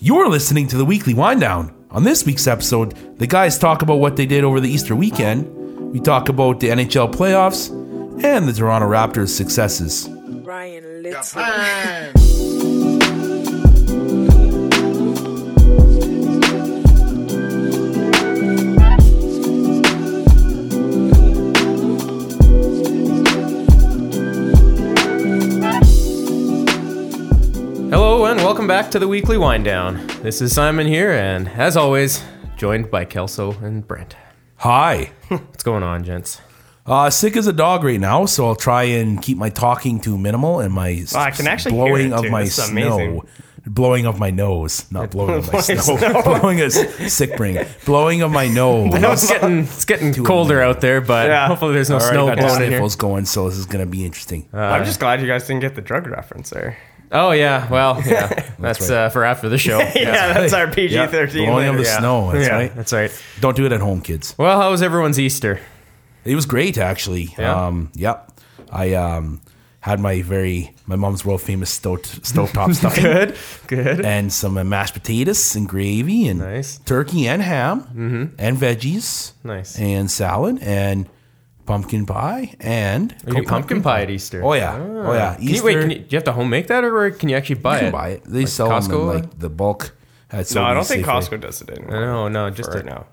You're listening to the weekly wind down. On this week's episode, the guys talk about what they did over the Easter weekend. We talk about the NHL playoffs and the Toronto Raptors' successes. Ryan It's Little. time. Hello and welcome back to the weekly wind down. This is Simon here, and as always, joined by Kelso and Brent. Hi. What's going on, gents? Uh, sick as a dog right now, so I'll try and keep my talking to minimal and my s- Wow, I can actually hear blowing it, of too. my This is snow. amazing. Blowing of my nose, not blowing of my Blowing snow. snow. blowing a s- sick brain. Blowing of my nose. No, it's getting it's getting colder out there, but Yeah. hopefully there's no All right, snow got the blowing in here. sniffles going, so this is gonna be interesting. I'm just glad you guys didn't get the drug reference there. Oh yeah, well yeah, that's, right. uh, for after the show. Yeah, that's our Yeah, PG-13. blowing of the later. snow. That's Yeah. right. That's right. Don't do it at home, kids. Well, how was everyone's Easter? It was great, actually. Yeah? Um, yep. I um, had my very my mom's world famous stove stovetop stuffing. Good, good. and some uh, mashed potatoes and gravy and Nice. turkey and ham Mm-hmm. and veggies. Nice. And salad and pumpkin pie and You do pumpkin pie at Easter. Oh yeah, Ah. oh yeah. Can you, wait, can you, do you have to home make that, or can you actually buy You can it? buy it. They sell them in Costco? like the bulk. At No, I don't Sobeys think Safeway. Costco does it anymore. No, no, just right at, now.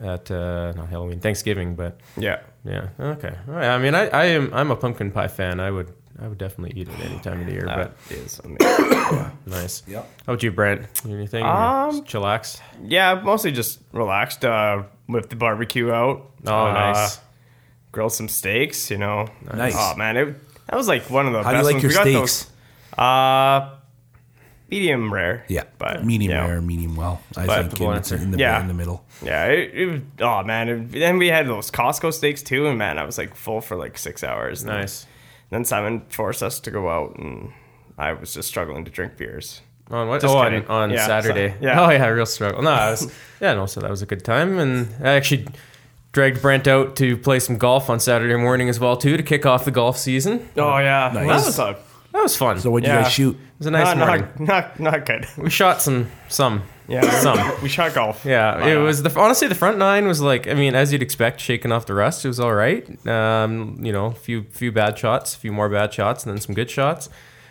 at uh, not Halloween, Thanksgiving, but Yeah. Yeah. Okay. All right. I mean, I, I am I'm a pumpkin pie fan. I would I would definitely eat it any time of the year. That But is amazing. nice. Yep. How about you, Brent? Anything? Um, uh, Just chillax. yeah, mostly just relaxed. Uh, whipped the barbecue out. Oh, Uh, nice. Grilled some steaks, you know. Nice. Oh, man. It, that was like one of the How do best you like ones. your we got steaks? those. Uh, medium rare. Yeah, But, medium you know, rare, medium well. I think Acceptable and it's answer. in the Yeah. in the middle. Yeah, it, it was, oh man. It, then we had those Costco steaks too, and man, I was like full for like six hours. And Nice. Then Simon forced us to go out, and I was just struggling to drink beers. On what? Just oh, on, kidding. on Yeah, Saturday. so- yeah. Oh yeah, real struggle. No, I was, yeah, no. So that was a good time, and I actually dragged Brent out to play some golf on Saturday morning as well too to kick off the golf season. Oh yeah, Nice. that was a That was fun. So what do you Yeah. guys shoot? it was a nice not, morning. not not not good. We shot some some. Yeah, Some. we shot golf. Yeah, Wow. it was the honestly the front nine was like I mean as you'd expect shaking off the rust it was all right um, you know a few few bad shots a few more bad shots and then some good shots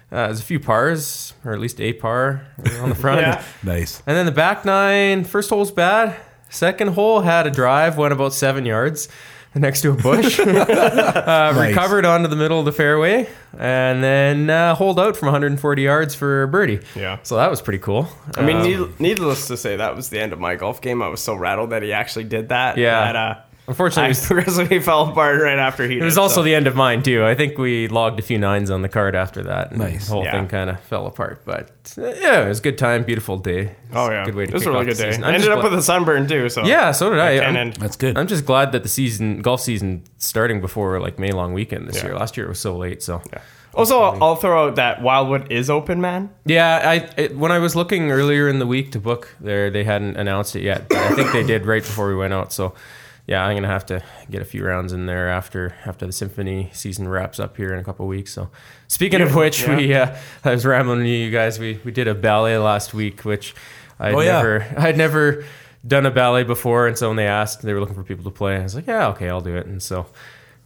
uh, there's a few pars or at least a par on the front Yeah. Nice. and then the back nine first hole's bad second hole had a drive went about seven yards next to a bush uh, Nice. recovered onto the middle of the fairway and then uh, holed out from 140 yards for a birdie Yeah. so that was pretty cool I mean, Um, need, needless to say, that was the end of my golf game. I was so rattled that he actually did that. Yeah. That, uh, unfortunately it I was progressively fell apart right after he. It was also the end of mine too. I think we logged a few nines on the card after that. And Nice. The whole Yeah. thing kind of fell apart, but uh, yeah, it was a good time, beautiful day. It's Oh a yeah, good way to it was a kick really good off the day. season. I'm Ended just up gla- with a sunburn too. So yeah, so did I. and I'm, then That's good. I'm just glad that the season golf season starting before like May long weekend this Yeah. year. Last year it was so late, so yeah. also, I'll throw out that Wildwood is open, man. I it, when I was looking earlier in the week to book there, they hadn't announced it yet. But I think they did right before we went out. So yeah, I'm gonna have to get a few rounds in there after after the symphony season wraps up here in a couple weeks. So speaking of which, we uh, I was rambling to you guys. We we did a ballet last week, which I Oh, would yeah. never I'd never done a ballet before, and so when they asked, they were looking for people to play. I was like, yeah, okay, I'll do it, and so.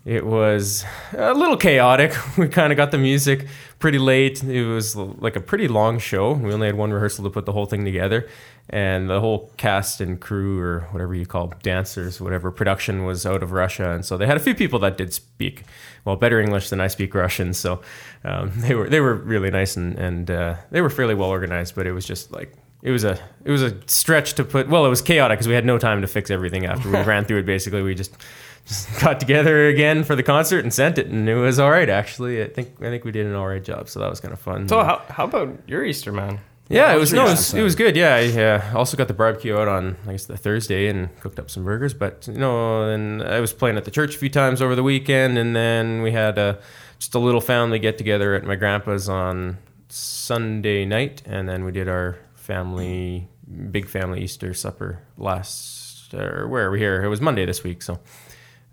It was a little chaotic. We kind of got the music pretty late. It was l- like a pretty long show. We only had one rehearsal to put the whole thing together. And the whole cast and crew, or whatever you call dancers, whatever production was out of Russia. And so they had a few people that did speak, well, better English than I speak Russian. So um, they, were, they were really nice and, and uh, they were fairly well organized, but it was just like, it was a it was a stretch to put. Well, it was chaotic because we had no time to fix everything after we ran through it. Basically, we just just got together again for the concert and sent it, and it was all right. Actually, I think I think we did an all right job, so that was kind of fun. So how, how about your Easter man? yeah, it was no, it was, Awesome. it was good. Yeah, I uh, also got the barbecue out on I guess the Thursday and cooked up some burgers. But you know, and I was playing at the church a few times over the weekend, and then we had a, just a little family get together at my grandpa's on Sunday night, and then we did our family big family Easter supper last or where are we here? It was Monday this week, so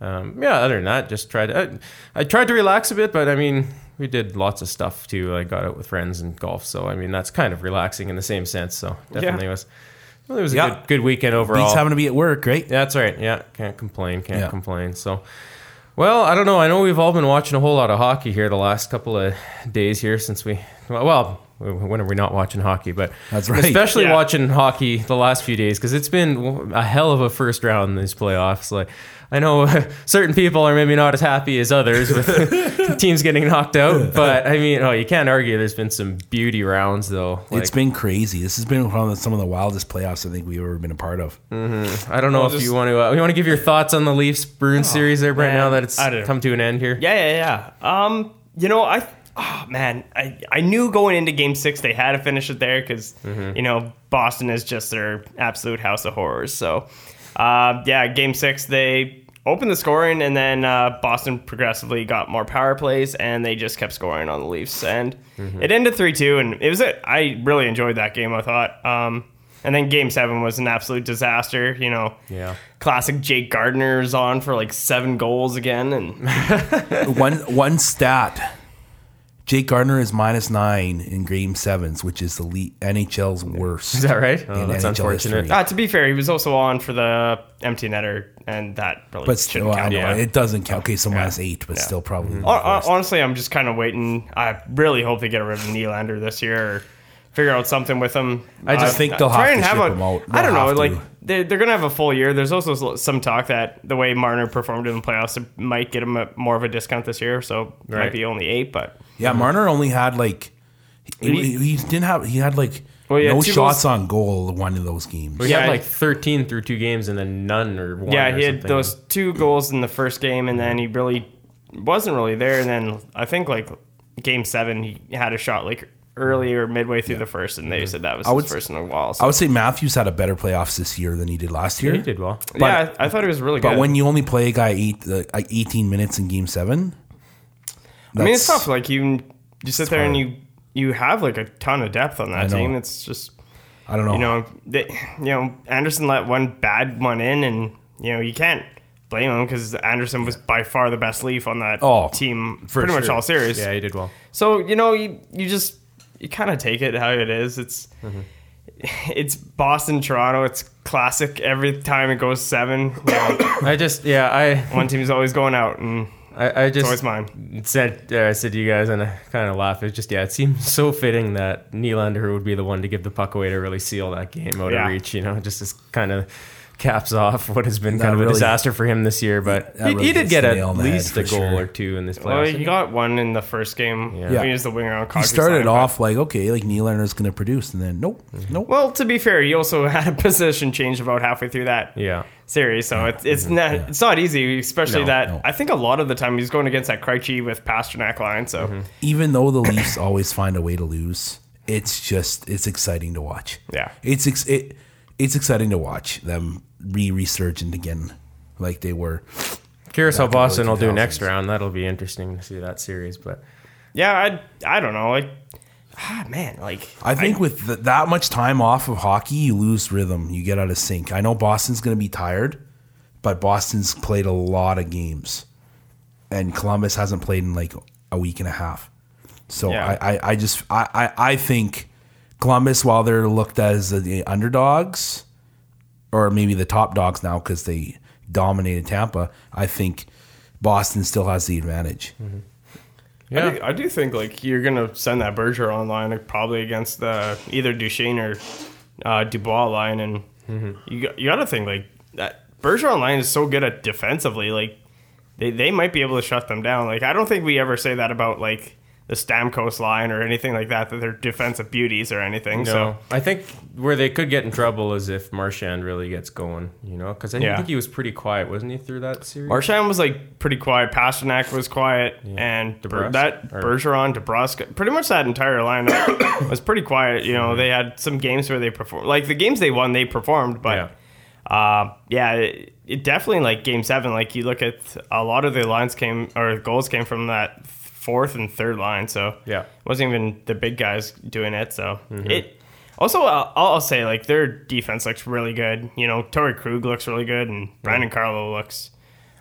um, yeah. Other than that, just tried. I, I tried to relax a bit, but I mean, we did lots of stuff too. I got out with friends and golf, so I mean that's kind of relaxing in the same sense. So definitely was. Well, it was a Yeah. good, good weekend overall. Beats having to be at work, right? Yeah, that's right. Yeah, can't complain. Can't Yeah. complain. So, well, I don't know. I know we've all been watching a whole lot of hockey here the last couple of days here since we. Well, when are we not watching hockey? But That's right. Especially Yeah. watching hockey the last few days because it's been a hell of a first round in these playoffs. Like, I know certain people are maybe not as happy as others with teams getting knocked out, but I mean, oh, you can't argue. There's been some beauty rounds though. Like, it's been crazy. This has been one of the, some of the wildest playoffs I think we've ever been a part of. I don't know if just- you want to. Uh, you want to give your thoughts on the Leafs Bruins series there right Oh, man. now that it's I don't know. come to an end here. Yeah, yeah, yeah. Um, you know, I, oh, man, I, I knew going into Game Six they had to finish it there because you know Boston is just their absolute house of horrors. So, uh, yeah, Game Six they opened the scoring and then uh, Boston progressively got more power plays and they just kept scoring on the Leafs and it ended three two and it was it. I really enjoyed that game. I thought. Um, and then Game Seven was an absolute disaster. You know, Yeah. classic Jake Gardner's on for like seven goals again and. one one stat. Jake Gardner is minus nine in game sevens, which is the le- NHL's worst. Is that right? Oh, in that's NHL unfortunate. history. Uh, to be fair, he was also on for the empty netter, and that really But shouldn't still, I count. know, yeah. it doesn't count. Okay, so minus eight, but still probably. the Hon- hon- worst. Honestly, I'm just kind of waiting. I really hope they get rid of Nylander this year or figure out something with him. Uh, I just think they'll try have and to have ship a- him out. I don't They'll know. have Like to. they're, they're going to have a full year. There's also s- some talk that the way Marner performed in the playoffs it might get him a, more of a discount this year, so it Right. might be only eight. But Yeah, Marner only had like he, He- he didn't have he had like Well, he had no two shots on goal one of those games. We Yeah, had I- like 13 through two games and then none or one. yeah, or he had something. those two goals in the first game, and then he really wasn't really there. And then I think like game seven, he had a shot like early or midway through the first, and they said that was his would- first in a Mm-hmm. while. I So, would say Matthews had a better playoffs this year than he did last year. He did well. yeah, I, I thought it was really But good. when you only play a guy eight uh, like eighteen minutes in game seven, I mean, that's- it's tough. Like you, you sit there and hard. you you have like a ton of depth on that know. team. It's just I don't know. you know they, you know Anderson let one bad one in, and you know you can't. Blame him because Anderson was by far the best leaf on that Oh, team, For pretty much sure. all series. Yeah, he did well. So you know, you you just you kind of take it how it is. It's Mm-hmm. it's Boston, Toronto. It's classic. Every time it goes seven, you know, I just, yeah, I, one team's always going out, and I, I just. always mine. Said, uh, I said to you guys, and I kind of laughed. It just, yeah, it seemed so fitting that Nylander would be the one to give the puck away to really seal that game out Yeah. of reach. You know, just as kind of caps off what has been kind of really- a disaster for him this year. But That he, really he did hits get the nail at on the head least a for goal sure. or two in this playoffs. well, I he got one in the first game. Yeah. Yeah, Yeah. he was the winger on. he Cogsby's started line, off like okay, like Nylander's going to produce, and then nope, nope. but- Mm-hmm. Well, to be fair, he also had a position change about halfway through that Yeah. Mm-hmm. series, so it's it's not it's not easy, especially No, that no. I think a lot of the time he's going against that Krejci with Pasternak line. So Mm-hmm. Even though the Leafs always find a way to lose, it's just it's exciting to watch. Yeah. it's ex- it, it's exciting to watch them re-resurgent again, like they were. Curious Back how in the early Boston will do 2000s. next round. That'll be interesting to see that series. But yeah, I I don't know, like ah man, like I think with th- that much time off of hockey, you lose rhythm. You get out of sync. I know Boston's going to be tired, but Boston's played a lot of games, and Columbus hasn't played in like a week and a half. So Yeah. I, I, I just I, I, I think Columbus, while they're looked at as the underdogs, or maybe the top dogs now because they dominated Tampa, I think Boston still has the advantage. Mm-hmm. I, do, I do think like you're gonna send that Berger online like, probably against the either Duchesne or uh, Dubois line, and you got, you got to think like that Berger online is so good at defensively, like they they might be able to shut them down. Like I don't think we ever say that about like the Stamkos line or anything like that that they're defensive beauties or anything. So No, I think where they could get in trouble is if Marchand really gets going, you know, because I Yeah. think he was pretty quiet, wasn't he, through that series? Marchand was like pretty quiet. Pasternak was quiet, and Ber- DeBrusque, that or- Bergeron, DeBrusque, pretty much that entire lineup was pretty quiet. You know, they had some games where they performed, like the games they won, they performed, Yeah. but yeah, uh, yeah it, it definitely like game seven. Like you look at a lot of the lines came or goals came from that fourth and third line. So Yeah. Mm-hmm. it wasn't even the big guys doing it. So it. Also, I'll, I'll say like their defense looks really good. You know, Torrey Krug looks really good, and Brandon Carlo looks.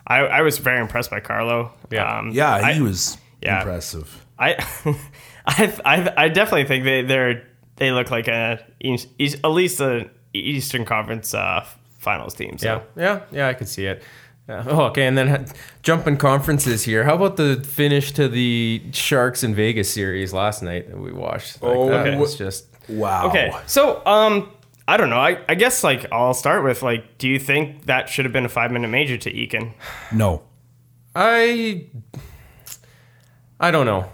I, I was very impressed by Carlo. Yeah. Yeah, he I- was yeah. impressive. I, I've, I've, I definitely think they they're they look like a East, East- at least an Eastern Conference uh, finals team. So. Yeah, yeah, yeah. I could see it. Uh, oh, okay, and then ha- jumping conferences here. How about the finish to the Sharks in Vegas series last night that we watched? Like, Oh, that okay. was just Wow. Okay. So, um, I don't know. I, I guess like I'll start with like, do you think that should have been a five minute major to Eakin? No. I I don't know.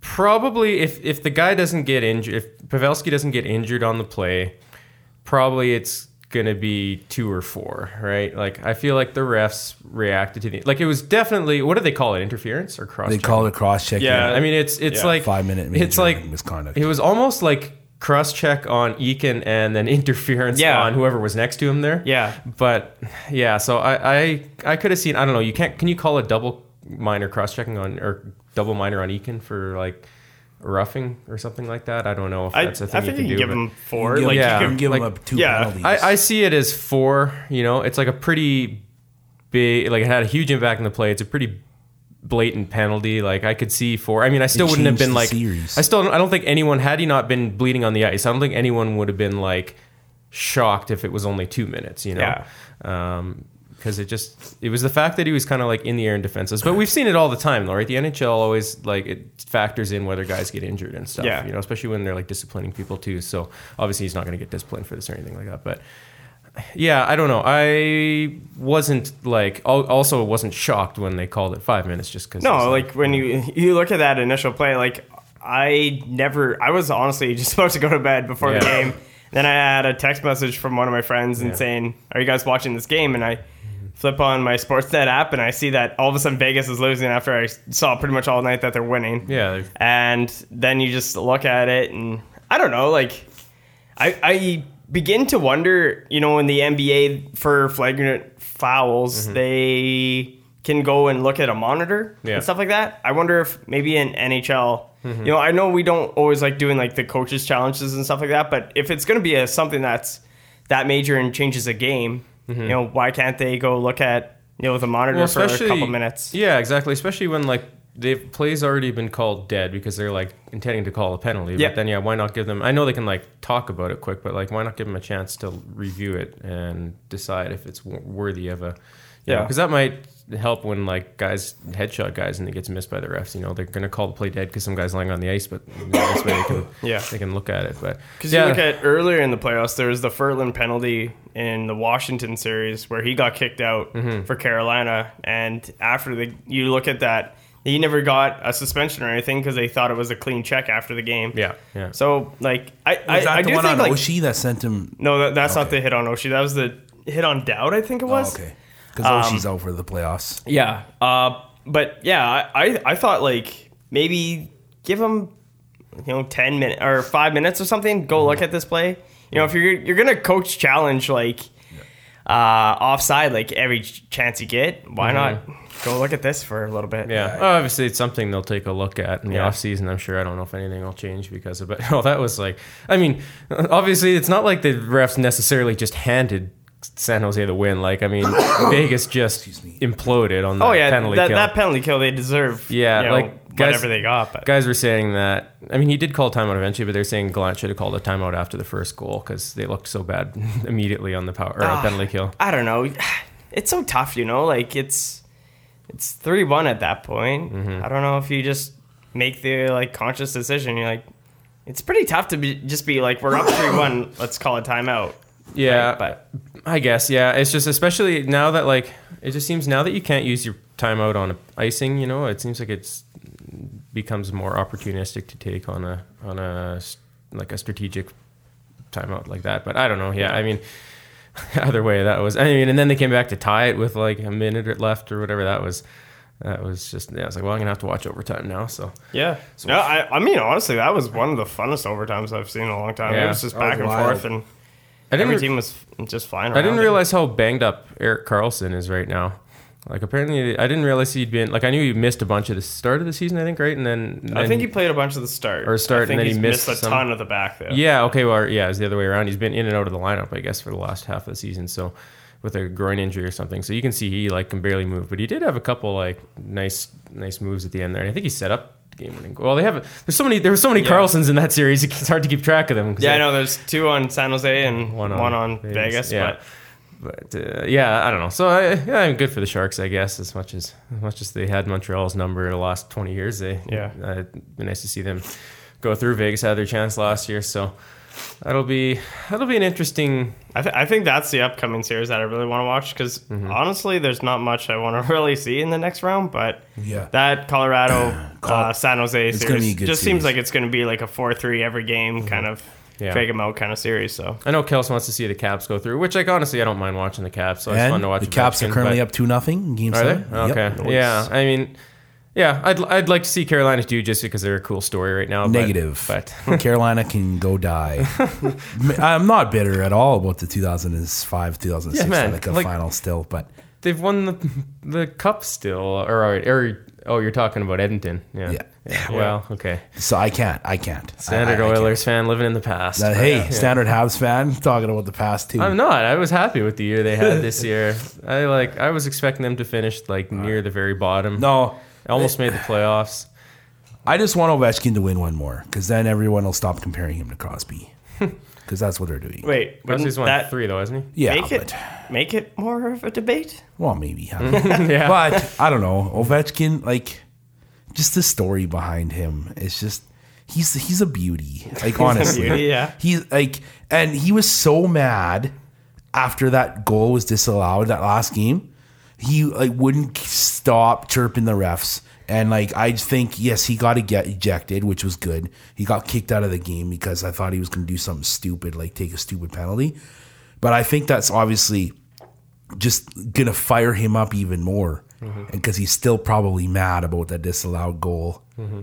Probably if if the guy doesn't get injured, if Pavelski doesn't get injured on the play, probably it's gonna be two or four, right? Like I feel like the refs reacted to the like it was definitely what do they call it? Interference or cross? They called a cross check. Yeah. I mean, it's it's Yeah. like Five minute It's major like misconduct. It was almost like cross check on Eakin and then interference Yeah. on whoever was next to him there. Yeah. But yeah, so I I, I could have seen. I don't know. You can't. Can you call a double minor cross checking on or double minor on Eakin for like roughing or something like that? I don't know if I, that's a I thing think you can do. give but- him four. Give, like, yeah. you can give like- them up two yeah. penalties. I, I see it as four. You know, it's like a pretty big, like it had a huge impact on the play. It's a pretty blatant penalty. Like I could see four. I mean, I still wouldn't have changed been the like. series. I still, don't- I don't think anyone had he not been bleeding on the ice. I don't think anyone would have been like shocked if it was only two minutes. You know. Um, because it just it was the fact that he was kind of like in the air and defenseless, but we've seen it all the time, though, right? The NHL always like it factors in whether guys get injured and stuff, Yeah. you know, especially when they're like disciplining people too. So obviously he's not going to get disciplined for this or anything like that, but yeah, I don't know. I wasn't like al- also wasn't shocked when they called it five minutes just because. No, like when you you look at that initial play, like I never, I was honestly just about to go to bed before the Yeah. game. Then I had a text message from one of my friends and saying, "Are you guys watching this game?" And I flip on my Sportsnet app and I see that all of a sudden Vegas is losing after I saw pretty much all night that they're winning. yeah, they're- and then you just look at it and i don't know like i i begin to wonder you know in the nba for flagrant fouls they can go and look at a monitor Yeah. and stuff like that i wonder if maybe in nhl you know i know we don't always like doing like the coaches challenges and stuff like that but if it's going to be a, something that's that major and changes a game you know why can't they go look at you know the monitor for a couple minutes Yeah, exactly. Especially when like the play's already been called dead because they're like intending to call a penalty. Yeah. But then yeah, why not give them? I know they can like talk about it quick, but like why not give them a chance to review it and decide if it's wor- worthy of a Yeah. yeah? Because that might help when like guys headshot guys and it gets missed by the refs. You know they're gonna call the play dead because some guys lying on the ice, but this way they can Yeah. they can look at it. But Because you look at earlier in the playoffs, there was the Furlan penalty in the Washington series where he got kicked out Mm-hmm. for Carolina, and after the you look at that, he never got a suspension or anything because they thought it was a clean check after the game. yeah yeah. So like I Was that I, I the do one think on like Oshie that sent him? no that, that's not Okay. the hit on Oshie. That was the hit on Dowd. I think it Oh, was. okay. Because Oshie's out for the playoffs. Yeah. Uh, but yeah, I, I I thought like maybe give him you know ten minutes or five minutes or something. Go Mm-hmm. look at this play. You know, if you're you're gonna coach challenge like uh, offside like every ch- chance you get, why not go look at this for a little bit? Mm-hmm. Yeah. Oh, obviously, it's something they'll take a look at in the Yeah. off season. I'm sure. I don't know if anything will change because of it. Oh, that was like, I mean, obviously, it's not like the refs necessarily just handed San Jose the win. Like, I mean, Vegas just imploded on the Oh yeah, penalty that, kill. that penalty kill they deserve. Yeah, you know, like, guys- whatever they got. But. Guys were saying that. I mean, he did call timeout eventually, but they're saying Gallant should have called a timeout after the first goal because they looked so bad immediately on the power or Ah, on penalty kill. I don't know. It's so tough, you know. Like it's it's three one at that point. I don't know if you just make the like conscious decision. You're like, it's pretty tough to be, just be like, we're up three one. Let's call a timeout. Yeah, Right, but- I guess yeah. It's just especially now that like it just seems now that you can't use your timeout on icing. You know, it seems like it's becomes more opportunistic to take on a on a s- like a strategic timeout like that. But I don't know. Yeah, I mean, either way, that was. I mean, and then they came back to tie it with like a minute left or whatever. That was that was just. Yeah, I was like, well, I'm gonna have to watch overtime now. So Yeah. No, I, I mean honestly, that was one of the funnest overtimes I've seen in a long time. It Yeah. was just That was back and wild. forth, and I didn't. every re- team was just flying. Around I didn't realize how banged up Eric Carlson is right now. Like apparently, I didn't realize he'd been like I knew he missed a bunch at the start of the season, I think, right? And then, I then- think he played a bunch of the start Or start, I think and then he he's missed missed a some. ton of the back though. yeah, okay, well, yeah, it's the other way around. He's been in and out of the lineup, I guess, for the last half of the season. So with a groin injury or something, so you can see he like can barely move, but he did have a couple like nice nice moves at the end there. And I think he set up game winning. Well, they have there's so many there were so many Carlsons in that series. It's hard to keep track of them. 'cause Yeah, they- I know. There's two on San Jose and one on, Vegas. yeah. But But, uh, yeah, I don't know. So I, yeah, I'm good for the Sharks, I guess. As much as as much as they had Montreal's number in the last 20 years, they Yeah. Uh, it'd be nice to see them go through. Vegas had their chance last year, so that'll be that'll be an interesting. I, th- I think that's the upcoming series that I really want to watch because Mm-hmm. honestly, there's not much I want to really see in the next round. But Yeah. that Colorado Col- uh, San Jose It's series gonna be a good just series. Mm-hmm. seems like it's going to be like a four three every game kind of Yeah. fake 'em out kind of series. So I know Kels wants to see the Caps go through, which like honestly, I don't mind watching the Caps. So it's fun And to watch. the Caps are Ovechkin, currently but- up two nothing. in Game Are seven. they? Yep. Okay. Yeah. I mean, yeah, I'd, I'd like to see Carolina do just because they're a cool story right now. but- Negative. But, Carolina can go die. I'm not bitter at all about the 2005 2006 Yeah, man. Stanley Cup Like- final still, but they've won the the cup still, or, or, or oh, you're talking about Edmonton. Yeah. Yeah. Well, okay. so I can't. I can't. I- Standard I- I can't. Oilers fan living in the past. Uh, but- hey, Yeah. standard Habs fan talking about the past too. I'm not. I was happy with the year they had this year. I like. I was expecting them to finish like near the very bottom. no, almost made the playoffs. I just want Ovechkin to win one more because then everyone will stop comparing him to Crosby because that's what they're doing. wait, wouldn't Crosby's won that three though, hasn't he? yeah, make it but make it more of a debate? well, maybe. I don't yeah. but I don't know. Ovechkin, like, just the story behind him. It's just he's he's a beauty. Like honestly, beauty, yeah. He's like, and he was so mad after that goal was disallowed that last game. He like wouldn't stop chirping the refs. And like I think yes he got to get ejected which was good. He got kicked out of the game because I thought he was going to do something stupid like take a stupid penalty. But I think that's obviously just gonna fire him up even more Mm-hmm. because he's still probably mad about that disallowed goal. Mm-hmm.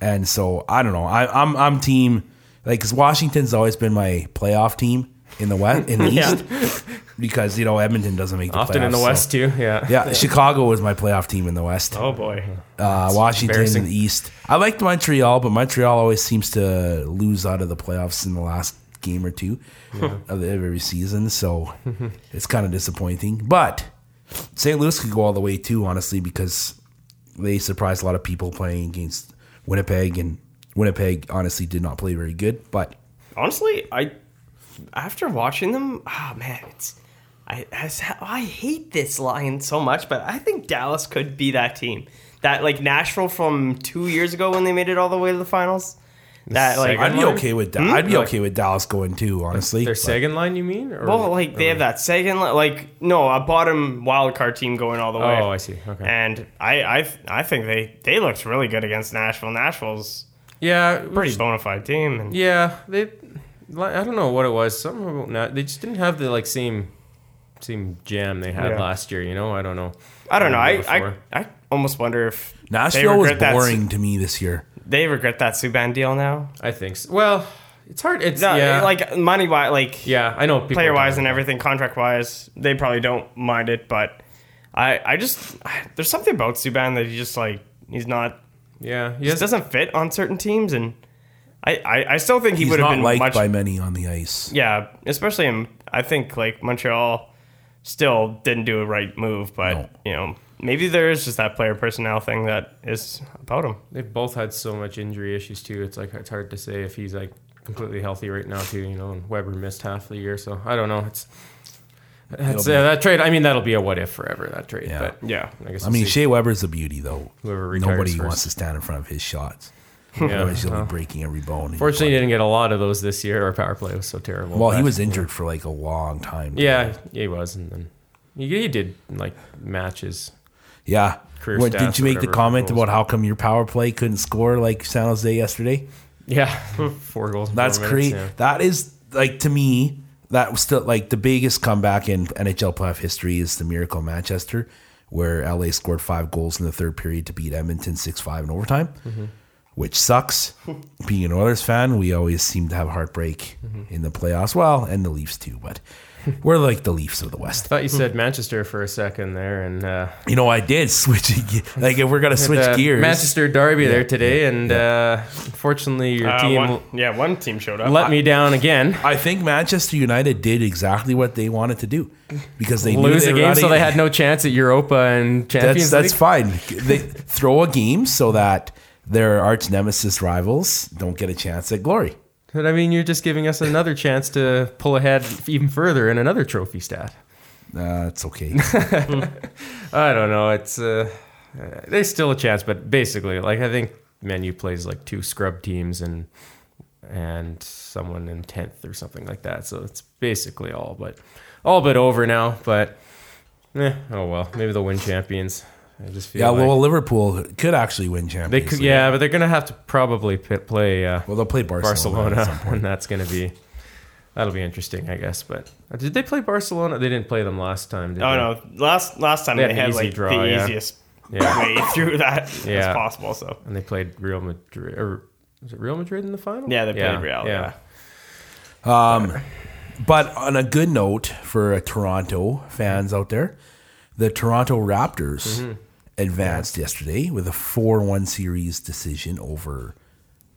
And so I don't know. I, I'm I'm team like 'cause Washington's always been my playoff team in the West in the Yeah. East because you know Edmonton doesn't make the Often in playoffs, the so- West too. Yeah. Yeah, Chicago was my playoff team in the West. Oh boy, uh, Washington in embarrassing. the East. I liked Montreal, but Montreal always seems to lose out of the playoffs in the last game or two of the- every season. So it's kind of disappointing. But St. Louis could go all the way too, honestly, because they surprised a lot of people playing against Winnipeg, and Winnipeg honestly did not play very good. But honestly, I after watching them, ah man, it's I I s- I hate this line so much, but I think Dallas could be that team. That like Nashville from two years ago when they made it all the way to the finals. That like I'd be Edmonton? okay with that. Hmm? I'd be okay with Dallas going too, honestly. Their But- second line, you mean? Or, well, like they have that second li- like no a bottom wild card team going all the way. Oh, I see. Okay. And I I I think they they looked really good against Nashville. Nashville's yeah. pretty bona fide team. And Yeah, they. Like, I don't know what it was. Something about now. They just didn't have the like same, same jam they had Yeah. last year. You know, I don't know. I don't know. I, I Before. I almost wonder if they Nashville was regret that- boring to me this year. They regret that Subban deal now. I think. So. Well, it's hard. It's No, yeah, like like money wise, like yeah. I know. people player are wise and talking everything, contract wise, they probably don't mind it. But I, I just there's something about Subban that he just like he's not about- Yeah, he he has, doesn't fit on certain teams, and I, I, I still think he He's would have not been liked much by many on the ice. yeah, especially in I think like Montreal still didn't do a right move, but No. you know maybe there is just that player personnel thing that is about him. they've both had so much injury issues too. It's like it's hard to say if he's like completely healthy right now too. You know, and Weber missed half the year, so I don't know. It's. That's, It'll be- yeah, that trade. I mean, that'll be a what if forever. That trade. Yeah. But Yeah, I guess. I mean, we'll see. Shea Weber's a beauty, though. Whoever retires Nobody first. wants to stand in front of his shots. Yeah. Otherwise, you'll Well, be breaking every bone. in your Fortunately, he body. didn't get a lot of those this year. Our power play was so terrible. well, he but- was injured for like a long time. Yeah, he was, and then he, he did like matches. yeah. Career What, stats did you or make the whatever comment goals. about how come your power play couldn't score like San Jose yesterday? Yeah, four goals. in four That's minutes, crazy. yeah. That is like to me. That was still like the biggest comeback in NHL playoff history is the miracle in Manchester, where LA scored five goals in the third period to beat Edmonton six five in overtime, Mm-hmm. which sucks. Being an Oilers fan, we always seem to have heartbreak Mm-hmm. in the playoffs. Well, and the Leafs too, but we're like the Leafs of the West. Thought you said Manchester for a second there, and uh, You know, I did switch. ge- Like if we're gonna switch the gears, Manchester Derby there today, and uh, unfortunately, your Uh, team one, yeah, one team showed up. let me down again. I think Manchester United did exactly what they wanted to do because they knew Lose they the were game, not so able- they had no chance at Europa and that's Champions that's League. fine. They throw a game so that their arch nemesis rivals don't get a chance at glory. But I mean, you're just giving us another chance to pull ahead even further in another trophy stat. Uh, it's okay. I don't know. It's uh, uh, there's still a chance, but basically, like I think Menu plays like two scrub teams and and someone in tenth or something like that. So it's basically all but all but over now. But eh, oh well, maybe they'll win champions. I just feel yeah, like well, Liverpool could actually win Champions. they could. League. Yeah, but they're gonna have to probably p- play. Uh, Well, they'll play Barcelona. Barcelona, and that's going to be that'll be interesting, I guess. But uh, did they play Barcelona? They didn't play them last time. Did Oh they? no! Last last time They they, had an had easy like draw, the yeah. easiest Yeah. way through that Yeah. as possible. So And they played Real Madrid. Or, was it Real Madrid in the final? Yeah, they played Real, yeah. But on a good note for uh, Toronto fans out there, the Toronto Raptors Mm-hmm. advanced yesterday with a 4 1 series decision over.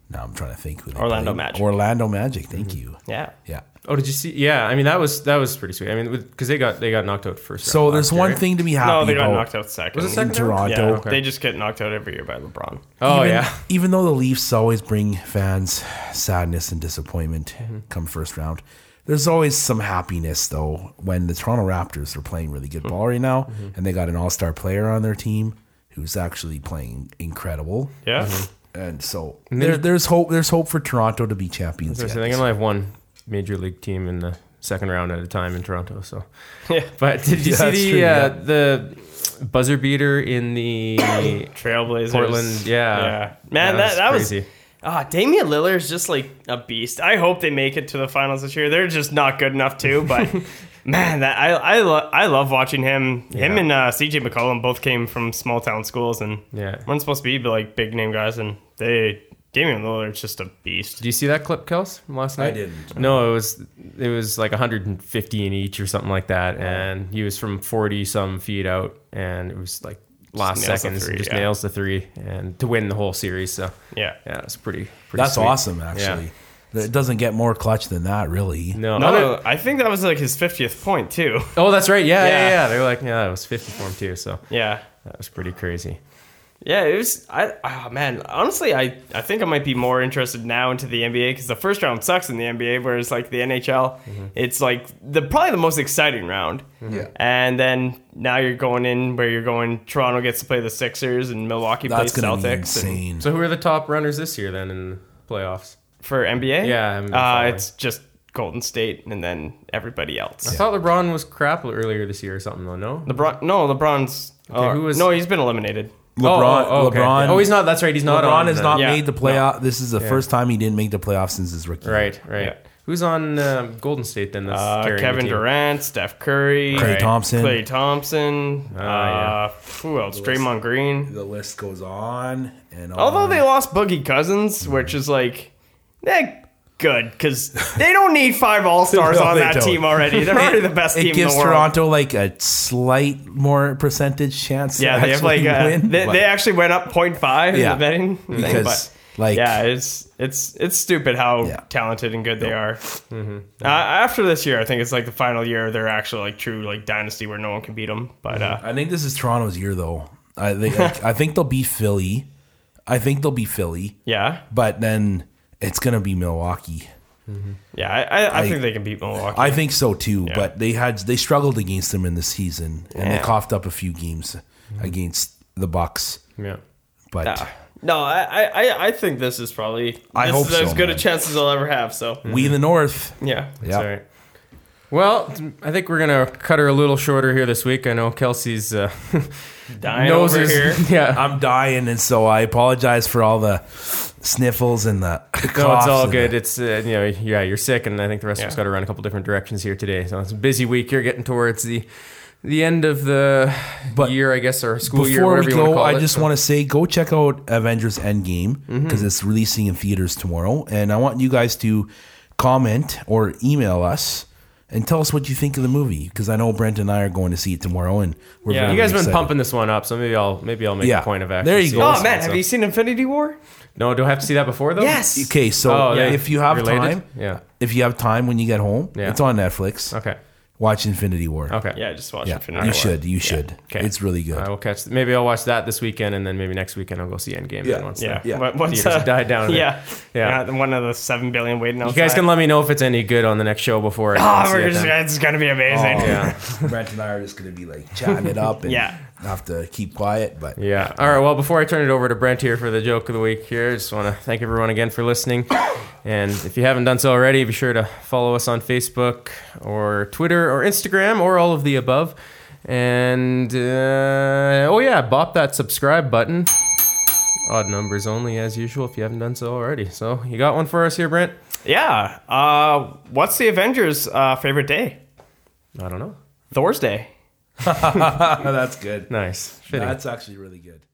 Now I'm trying to think who they Orlando played. Magic. Orlando Magic. Thank Mm-hmm. you. yeah, Yeah. Oh, did you see? Yeah, I mean that was that was pretty sweet. I mean because they got they got knocked out first. So round there's last year, one right? thing to be happy no, they about. got knocked out second. Was it in second round? Toronto. Yeah, Okay. they just get knocked out every year by LeBron. Oh Even- yeah. Even though the Leafs always bring fans sadness and disappointment Mm-hmm. come first round, there's always some happiness though when the Toronto Raptors are playing really Mm-hmm. good ball right now and they got an all-star player on their team who's actually playing incredible. Yeah, Mm-hmm. And so there, there's hope there's hope for Toronto to be champions. So yet. they're gonna have one major league team in the second round at a time in Toronto. So, Yeah. but did you Yeah, that's see true, the uh, yeah. the buzzer beater in the Trailblazers. Portland? Yeah, yeah, man, that that was. crazy. Ah, Damian Lillard's just like a beast. I hope they make it to the finals this year. They're just not good enough too, but man, that I I, lo- I love watching him. Him Yeah. and uh, CJ McCollum both came from small town schools and Yeah. one's supposed to be like big name guys and they Damian Lillard's just a beast. Do you see that clip, Kels, from last night? didn't. No, it was it was like 115 each or something like that, and he was from 40 some feet out, and it was like last nails the seconds, three, and just yeah. nails the three, and to win the whole series. So Yeah. yeah, it's pretty. pretty That's sweet. awesome actually. It doesn't get more clutch than that really. No, other- No, I think that was like his 50th point too. oh, that's right. Yeah, yeah, yeah. Yeah. They were like, yeah, that was 50 form too. So Yeah. that was pretty crazy. Yeah, it was. I oh man, honestly, I, I think I might be more interested now into the NBA because the first round sucks in the NBA, whereas like the NHL, Mm-hmm. it's like the probably the most exciting round. Yeah. And then now you're going in where you're going. Toronto gets to play the Sixers and Milwaukee That's plays gonna Celtics be and- insane. So who are the top runners this year then in playoffs? for NBA. Yeah, I haven't been uh, following. it's just Golden State and then everybody else. I thought LeBron was crap earlier this year or something though. No, LeBron, no, LeBron's. oh, who was- no, he's been eliminated. LeBron oh, oh, okay. LeBron Oh, he's not. That's right. He's not. LeBron on has the- not Yeah. made the playoff. This is the first time he didn't make the playoff since his rookie. year. Right, right. Yeah. Who's on um, Golden State then? That's Uh, carrying the Kevin team? Durant, Steph Curry, Klay Thompson. Clay Thompson. Uh, Oh, yeah. Who else? Draymond Green. The list goes on and on. Although they lost Boogie Cousins, which is like, eh, good because they don't need five All Stars No, on they that don't. team already. They're already the best it team in gives the world. Toronto like a slight more percentage chance. yeah, to they have like actually uh win. they, they actually went up 0.5 Yeah. in the betting thing, because but like yeah, it's it's it's stupid how Yeah. talented and good they are. Mm-hmm. Uh, after this year, I think it's like the final year of their actual like true like dynasty where no one can beat them. But Mm-hmm. uh, I think this is Toronto's year though. I think I, I think they'll be Philly. I think they'll be Philly, yeah, but then it's gonna be Milwaukee. yeah, I, I, I, think they can beat Milwaukee. I think so too. But they had they struggled against them in the season, and they Yeah. Mm-hmm. coughed up a few games against the Bucks. Yeah. But Uh, no, I, I- I I think this is probably I this hope is as so, good a man. chance as I'll ever have. So we in the North, yeah, yeah, All right. Well, I think we're gonna cut her a little shorter here this week. I know Kelsey's uh, dying nose over is here. yeah. I'm dying, and so I apologize for all the sniffles and the. No, coughs it's all and good. the- It's uh, you know, yeah, you're sick, and I think the rest of us Yeah. got to run a couple different directions here today. So it's a busy week. You're getting towards the the end of the But year, I guess, or school year, Before whatever we you want to go, call I it. Mm-hmm. just want to say go check out Avengers Endgame because it's releasing in theaters tomorrow, and I want you guys to comment or email us and tell us what you think of the movie because I know Brent and I are going to see it tomorrow, and we're yeah, very you guys been excited. pumping this one up, so maybe I'll maybe I'll make Yeah. a point of actually. There you seeing go. this Oh Also- man, one, have so- you seen Infinity War? No, do I have to see that before though? Okay, so Oh, yeah. if you have Related? time, Yeah. if you have time when you get home, Yeah. it's on Netflix. Okay. Watch Infinity War. Okay. Yeah, just watch Yeah, Infinity you War. should. You should. Okay. It's really good. I will catch. Maybe I'll watch that this weekend, and then maybe next weekend I'll go see Endgame. Yeah. Then once Yeah. the- Yeah. What- What's Theaters uh, have died down a bit. Yeah. Yeah. Yeah, One of the seven billion waiting You outside. guys can let me know if it's any good on the next show before. I go Oh, see we're it just, then. it's gonna be amazing. Oh. yeah. Brent and I are just going to be like chatting it up and Yeah. have to keep quiet. But Yeah. All right. Well, before I turn it over to Brent here for the joke of the week, here, I just want to thank everyone again for listening. And if you haven't done so already, be sure to follow us on Facebook or Twitter or Instagram or all of the above. And uh, oh, yeah, bop that subscribe button. Odd numbers only, as usual, if you haven't done so already. So, you got one for us here, Brent? Yeah. Uh, what's the Avengers' uh, favorite day? I don't know. Thor's Day. that's good. Nice. Fitting. That's actually really good.